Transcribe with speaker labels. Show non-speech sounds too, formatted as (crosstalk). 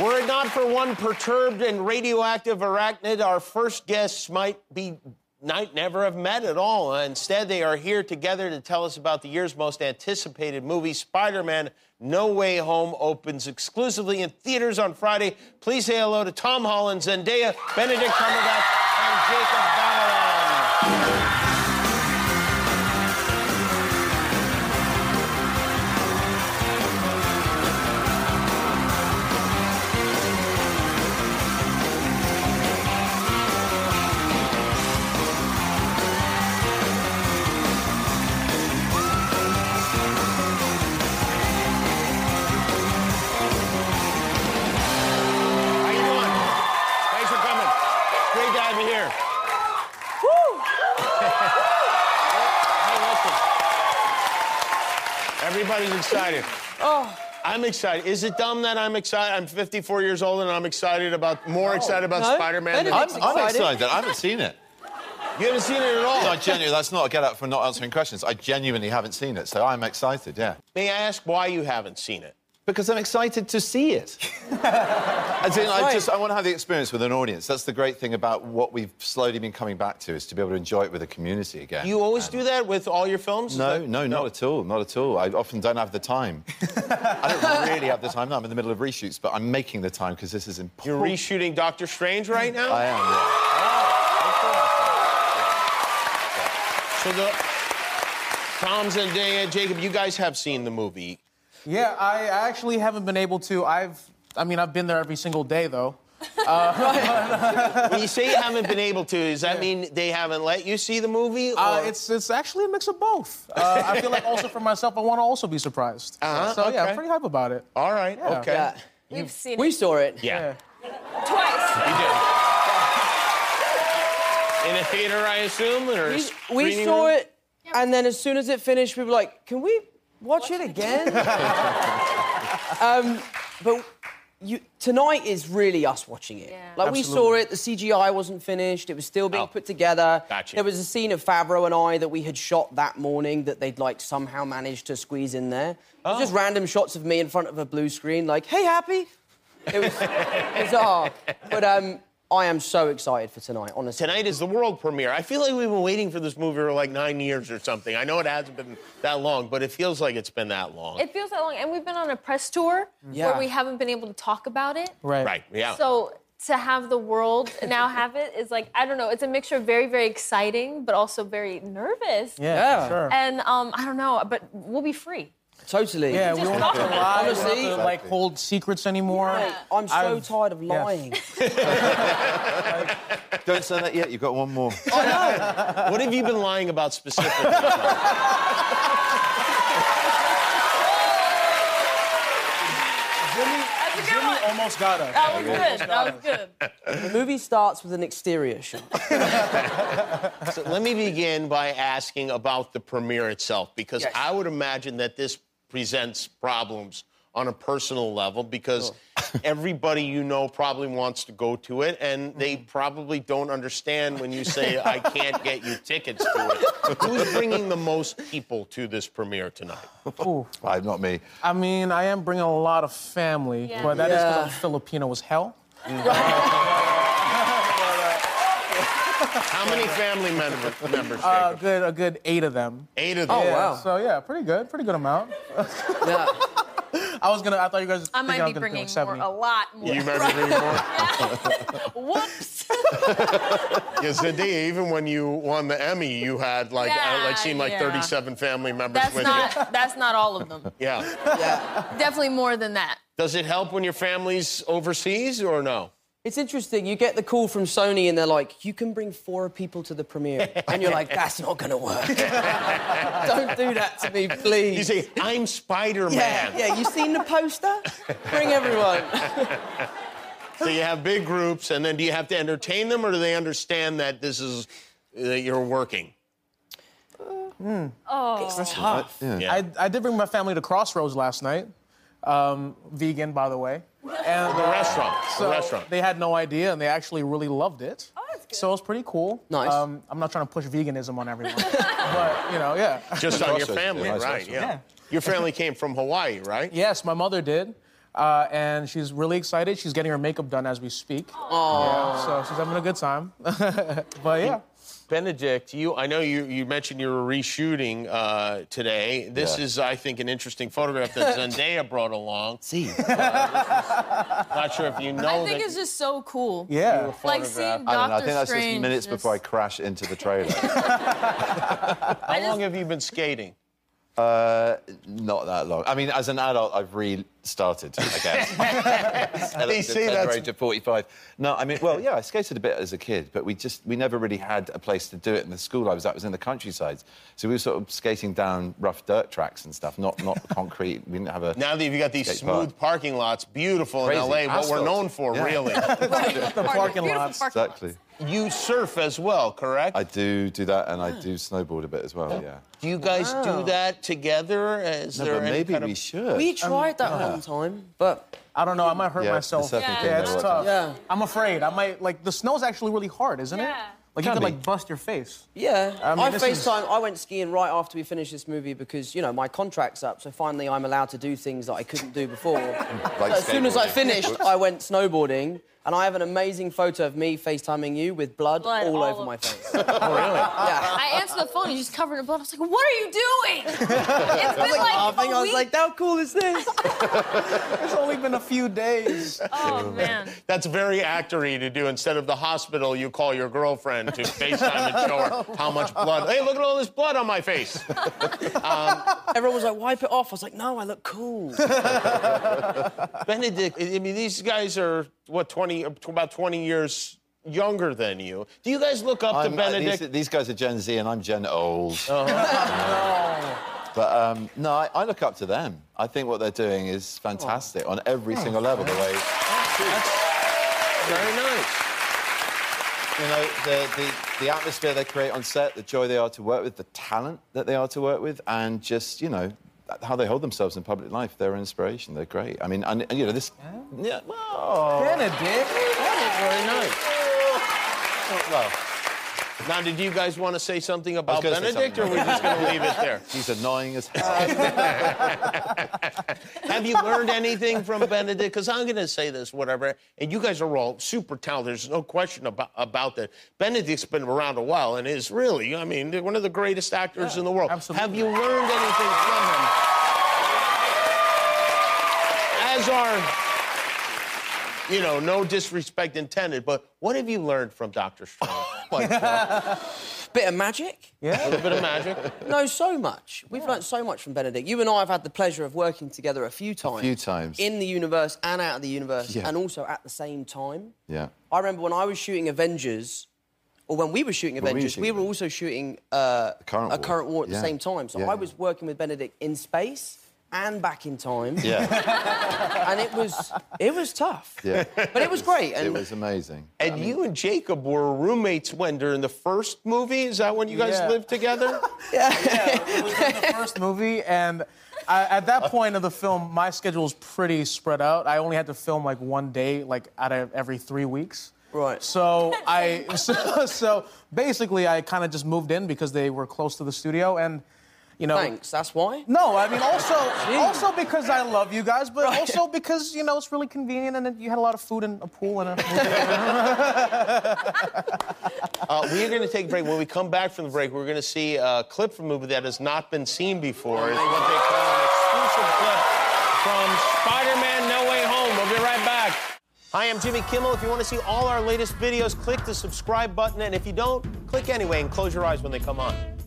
Speaker 1: Were it not for one perturbed and radioactive arachnid, our first guests might be might never have met at all. Instead, they are here together to tell us about the year's most anticipated movie, Spider-Man: No Way Home, opens exclusively in theaters on Friday. Please say hello to Tom Holland, Zendaya, Benedict Cumberbatch, and Jacob Batalon. How you doing? Thanks for coming. Great to have you here. Woo! hey, listen. Everybody's excited. Oh. I'm excited. Is it dumb that I'm excited? I'm 54 years old and I'm excited about more excited about
Speaker 2: No,
Speaker 1: Spider-Man. Than
Speaker 2: that
Speaker 3: I'm,
Speaker 2: is-
Speaker 1: you
Speaker 3: I'm
Speaker 2: Excited.
Speaker 3: excited. I haven't seen
Speaker 1: (laughs)
Speaker 3: it.
Speaker 1: haven't seen it at all.
Speaker 3: No, genuinely, that's not a get up for not answering questions. I genuinely haven't seen it, so I'm excited, yeah.
Speaker 1: May I ask why you haven't seen it?
Speaker 3: Because I'm excited to see
Speaker 1: (laughs)
Speaker 3: it. As in, I
Speaker 2: right.
Speaker 3: just I want to have the experience with an audience. That's the great thing about what we've slowly been coming back to is to be able to enjoy it with a community again.
Speaker 1: You always do that with all your films?
Speaker 3: No,
Speaker 1: Is that-
Speaker 3: no, not at all. Not at all. I often don't have
Speaker 1: (laughs)
Speaker 3: the time. I don't really have the time. No, I'm in the middle of reshoots, but I'm making the time because this is
Speaker 1: You're
Speaker 3: important.
Speaker 1: reshooting Doctor Strange right now.
Speaker 3: I am. Yeah.
Speaker 1: so the Tom Zendaya, Jacob, you guys have seen the movie.
Speaker 4: Yeah, I actually haven't been able to. I've, I mean, I've been there every single day though.
Speaker 1: When you say you haven't been able to, does that mean they haven't let you see the movie?
Speaker 4: Uh,
Speaker 1: or-
Speaker 4: it's it's actually a mix of both. Uh, I feel like also for myself, I want to also be surprised.
Speaker 1: Uh-huh,
Speaker 4: so yeah,
Speaker 1: okay.
Speaker 4: I'm pretty hype about it.
Speaker 1: all right.
Speaker 4: Yeah.
Speaker 1: Okay.
Speaker 2: Yeah.
Speaker 5: We've seen
Speaker 2: We
Speaker 5: it
Speaker 2: saw it.
Speaker 1: Yeah.
Speaker 5: twice.
Speaker 1: You did. In a theater, I assume, or a
Speaker 2: We, we
Speaker 1: screening
Speaker 2: saw
Speaker 1: room?
Speaker 2: it, and then as soon as it finished, we were like, can we watch, it
Speaker 5: (laughs)
Speaker 2: again? um, but you, tonight is really us watching it.
Speaker 5: Yeah.
Speaker 2: Like, we saw it, the CGI wasn't finished, it was still being
Speaker 1: Oh.
Speaker 2: put together.
Speaker 1: Gotcha.
Speaker 2: There was a scene of Fabro and I that we had shot that morning that they'd like somehow managed to squeeze in there.
Speaker 1: Oh.
Speaker 2: It was just random shots of me in front of a blue screen, like, hey, happy.
Speaker 1: (laughs)
Speaker 2: It was bizarre. But um, I am so excited for tonight, honestly.
Speaker 1: Tonight is the world premiere. I feel like we've been waiting for this movie for like nine years or something. I know it hasn't been that long, but it feels like it's been that long.
Speaker 5: It feels that long, and we've been on a press tour
Speaker 2: Yeah.
Speaker 5: where we haven't been able to talk about it.
Speaker 4: Right.
Speaker 1: right. Yeah.
Speaker 5: So to have the world now have it is like I don't know. It's a mixture of very very exciting, but also very nervous.
Speaker 4: Yeah.
Speaker 2: Yeah.
Speaker 4: for Sure.
Speaker 5: And um, I don't know, but we'll be free.
Speaker 2: Totally.
Speaker 4: yeah, we won't have to lie. We won't have to,
Speaker 2: Honestly.
Speaker 4: like hold secrets anymore.
Speaker 2: Hey, I'm so
Speaker 4: I've-
Speaker 2: tired of
Speaker 4: yeah.
Speaker 2: lying.
Speaker 3: Don't say that yet. You've got
Speaker 1: (laughs)
Speaker 3: one more.
Speaker 1: what have you been lying about specifically?
Speaker 2: (laughs)
Speaker 4: Jimmy,
Speaker 5: That's a good
Speaker 4: Jimmy
Speaker 5: one.
Speaker 4: almost got us.
Speaker 5: That was good. That was good.
Speaker 2: the movie starts with an exterior shot.
Speaker 1: So let me begin by asking about the premiere itself, because
Speaker 2: Yes.
Speaker 1: I would imagine that this presents problems on a personal level because
Speaker 2: (laughs)
Speaker 1: everybody you know probably wants to go to it and they
Speaker 2: Mm-hmm.
Speaker 1: probably don't understand when you
Speaker 2: (laughs)
Speaker 1: say I can't get you tickets to it. Who's bringing the most people to this premiere tonight?
Speaker 3: Right, not me.
Speaker 4: I mean, I am bringing a lot of family,
Speaker 5: Yeah.
Speaker 4: but that is because
Speaker 2: Yeah.
Speaker 4: I'm Filipino as hell.
Speaker 1: How many family member- members?
Speaker 4: A
Speaker 1: Jacob?
Speaker 4: good, a good eight of them.
Speaker 1: Eight of them.
Speaker 2: Uh, Oh,
Speaker 4: Yeah,
Speaker 2: wow.
Speaker 4: So yeah, pretty good, pretty good amount.
Speaker 2: Yeah.
Speaker 4: I was gonna, I thought you guys.
Speaker 5: I
Speaker 4: thinking
Speaker 5: might
Speaker 4: was gonna
Speaker 5: be
Speaker 4: do
Speaker 5: bringing
Speaker 4: like
Speaker 5: more,
Speaker 4: 70.
Speaker 5: a lot more.
Speaker 1: You remember bringing
Speaker 5: (laughs)
Speaker 1: more?
Speaker 3: (laughs)
Speaker 5: Whoops.
Speaker 1: Yes, Zendaya, even when you won the Emmy, you had like,
Speaker 5: Yeah,
Speaker 1: uh, like seemed like
Speaker 5: yeah.
Speaker 1: 37 family members
Speaker 5: That's
Speaker 1: with you.
Speaker 5: not. That's not all of them.
Speaker 1: Yeah.
Speaker 5: Definitely more than that.
Speaker 1: Does it help when your family's overseas or no?
Speaker 2: It's interesting. You get the call from Sony and they're like, you can bring four people to the premiere. And you're like, that's not going to work. Don't do that to me, please.
Speaker 1: You say, I'm Spider Man.
Speaker 2: yeah, yeah, you seen the poster? Bring everyone.
Speaker 1: So you have big groups, and then do you have to entertain them, or do they understand that this is, that you're working?
Speaker 2: It's tough.
Speaker 1: Yeah.
Speaker 4: I, I did bring my family to Crossroads last night. Um, vegan, by the way. And uh,
Speaker 1: the restaurant.
Speaker 4: so
Speaker 1: the restaurant.
Speaker 4: they had no idea, and they actually really loved it. Oh,
Speaker 5: that's good.
Speaker 4: So it was pretty cool. Um,
Speaker 2: Nice.
Speaker 4: I'm not trying to push veganism on everyone, but you know, yeah.
Speaker 1: Just on your
Speaker 3: Crossroads is a
Speaker 1: family,
Speaker 3: nice
Speaker 1: right?
Speaker 3: restaurant.
Speaker 1: Yeah. Your family came from Hawaii, right?
Speaker 4: Yes, my mother did. Uh, and she's really excited. She's getting her makeup done as we speak. Yeah, so she's having a good time. (laughs) but yeah.
Speaker 1: Benedict, you I know you, you mentioned you were reshooting uh, today. This
Speaker 3: Yeah.
Speaker 1: is, I think, an interesting photograph (laughs) that Zendaya brought along.
Speaker 3: See,
Speaker 1: Not sure if you know
Speaker 6: I think
Speaker 1: that
Speaker 6: it's just so cool.
Speaker 4: Yeah.
Speaker 6: Like seeing Doctor
Speaker 3: I don't know. I think that's
Speaker 6: Strange.
Speaker 3: just minutes
Speaker 6: just-
Speaker 5: (laughs)
Speaker 3: before I crash into
Speaker 6: (laughs)
Speaker 3: the trailer.
Speaker 1: how long have you been skating?
Speaker 3: Uh, not that long. I mean, as an adult, I've restarted,
Speaker 6: (laughs)
Speaker 3: I guess.
Speaker 1: You see, that's-
Speaker 3: age of 45. No, I mean, well, yeah, I skated a bit as a kid, but we just, we never really had a place to do it. And the school I was at was in the countryside. So we were sort of skating down rough dirt tracks and stuff, not (laughs) not concrete. We didn't have a.
Speaker 1: Now that you've got these
Speaker 3: Skate
Speaker 1: smooth
Speaker 3: park.
Speaker 1: parking lots, beautiful
Speaker 3: Crazy.
Speaker 1: in LA, what we're
Speaker 3: Asphalt.
Speaker 1: known for,
Speaker 3: Yeah. (laughs)
Speaker 1: really.
Speaker 4: The parking
Speaker 5: Beautiful
Speaker 4: lots.
Speaker 5: parking lots.
Speaker 3: Exactly.
Speaker 1: you surf as well, correct?
Speaker 3: I do do that, and I do snowboard a bit as well, yeah.
Speaker 1: do you guys do that together? Is
Speaker 3: No,
Speaker 1: there
Speaker 3: but
Speaker 1: any
Speaker 3: maybe
Speaker 1: kind
Speaker 3: we
Speaker 1: of...
Speaker 3: should.
Speaker 2: We tried that one time, but
Speaker 4: I don't know. I might hurt
Speaker 3: Yeah,
Speaker 4: myself.
Speaker 3: the surfing
Speaker 6: Yeah.
Speaker 3: thing
Speaker 6: Yeah,
Speaker 4: That's
Speaker 3: never worked out.
Speaker 4: tough.
Speaker 2: Yeah.
Speaker 4: I'm afraid. I might like the snow's actually really hard, isn't
Speaker 5: Yeah.
Speaker 4: it? Like you
Speaker 3: Can
Speaker 4: could
Speaker 3: be.
Speaker 4: like bust your face.
Speaker 2: yeah. I,
Speaker 4: I mean, this
Speaker 2: FaceTime.
Speaker 4: is-
Speaker 2: I went skiing right after we finished this movie because, you know, my contract's up, so finally I'm allowed to do things that I couldn't do (laughs) before. So as soon as I
Speaker 3: skateboarding.
Speaker 2: finished, I went snowboarding, and I have an amazing photo of me FaceTiming you with blood,
Speaker 6: Blood
Speaker 2: all,
Speaker 6: all Oh,
Speaker 2: over
Speaker 6: over.
Speaker 2: my
Speaker 6: (laughs)
Speaker 2: face.
Speaker 6: I, answered the phone. He's just covered in blood. I was like, "What are you
Speaker 2: (laughs)
Speaker 6: doing?" It's been (laughs) like,
Speaker 2: laughing,
Speaker 6: a
Speaker 2: I was
Speaker 6: week.
Speaker 2: like, how cool is this?
Speaker 4: It's only been a few days. (laughs)
Speaker 2: (laughs)
Speaker 5: Oh man.
Speaker 1: That's very actory to do. Instead of the hospital, you call your girlfriend (laughs) to FaceTime and show her how much blood. Hey, look at all this blood on my face.
Speaker 2: (laughs) Everyone was like, wipe it off. I was like, no, I look (laughs) cool.
Speaker 1: (laughs) Benedict, I I mean, these guys are, what, 20, about 20 years younger than you. Do you guys look up to
Speaker 3: I'm- uh,
Speaker 1: Benedict?
Speaker 3: These, these guys are Gen Z and I'm Gen Old.
Speaker 2: Oh. (laughs)
Speaker 3: But um, no, I, I look up to them. I think what they're doing is fantastic on every
Speaker 2: Oh.
Speaker 3: single level. The way
Speaker 1: Very nice.
Speaker 3: you know the, the the atmosphere they create on set, the joy they are to work with, the talent that they are to work with, and just you know how they hold themselves in public life. They're an inspiration. They're great. I mean, and, and you know this. Yeah. Well,
Speaker 4: Benedict.
Speaker 1: Very nice.
Speaker 3: well,
Speaker 1: Now, did you guys want to say something about
Speaker 3: gonna say
Speaker 1: Benedict, or
Speaker 3: something.
Speaker 1: we are just going to leave it there?
Speaker 3: he's annoying as
Speaker 2: Uh,
Speaker 3: hell.
Speaker 1: Have you learned anything from Benedict? Because I'm going to say this, whatever, and you guys are all super talented. There's no question about, about that. Benedict's been around a while and is really, I mean, one of the greatest actors in the world.
Speaker 4: absolutely.
Speaker 1: Have you learned anything from him? As our, you know, no disrespect intended, but what have you learned from Doctor
Speaker 4: (laughs)
Speaker 1: Strange?
Speaker 4: Oh
Speaker 2: Bit of magic?
Speaker 1: a little bit of
Speaker 4: (laughs)
Speaker 1: magic.
Speaker 2: No, so much. We've learnt so much from Benedict. You and I have had the pleasure of working together a few times.
Speaker 3: few times.
Speaker 2: In the universe and out of the universe,
Speaker 3: Yeah.
Speaker 2: and also at the same time.
Speaker 3: yeah.
Speaker 2: I remember when I was shooting Avengers, or when we were shooting
Speaker 3: we were
Speaker 2: Avengers, we
Speaker 3: shooting
Speaker 2: were also shooting uh,
Speaker 3: current
Speaker 2: a
Speaker 3: war.
Speaker 2: current war at the
Speaker 3: Yeah.
Speaker 2: same time. So
Speaker 3: Yeah,
Speaker 2: I
Speaker 3: yeah.
Speaker 2: was working with Benedict in space and back in time,
Speaker 3: Yeah.
Speaker 2: (laughs) and it was it was tough.
Speaker 3: Yeah.
Speaker 2: (laughs) But it was great. And
Speaker 3: It was amazing.
Speaker 1: And you and Jacob were roommates when during the first movie. Is that when you guys
Speaker 4: Yeah.
Speaker 1: lived
Speaker 4: (laughs)
Speaker 1: together?
Speaker 4: It was in the first movie, and I, at that point of the film, my schedule was pretty spread out. I only had to film like one day, like out of every three weeks.
Speaker 2: Right.
Speaker 4: So I, (laughs) so, so basically, I kind of just moved in because they were close to the studio, and you know.
Speaker 2: thanks. That's why.
Speaker 4: No, I mean also also because I love you guys, but also because you know it's really convenient and you had a lot of food and a pool and a movie.
Speaker 1: Uh, we are going to take a break. When we come back from the break, we're going to see a clip from a movie that has not been seen before. It's what they call an exclusive clip from Spider Man No Way Home. We'll be right back. Hi, I'm Jimmy Kimmel. If you want to see all our latest videos, click the subscribe button. And if you don't, click anyway and close your eyes when they come on.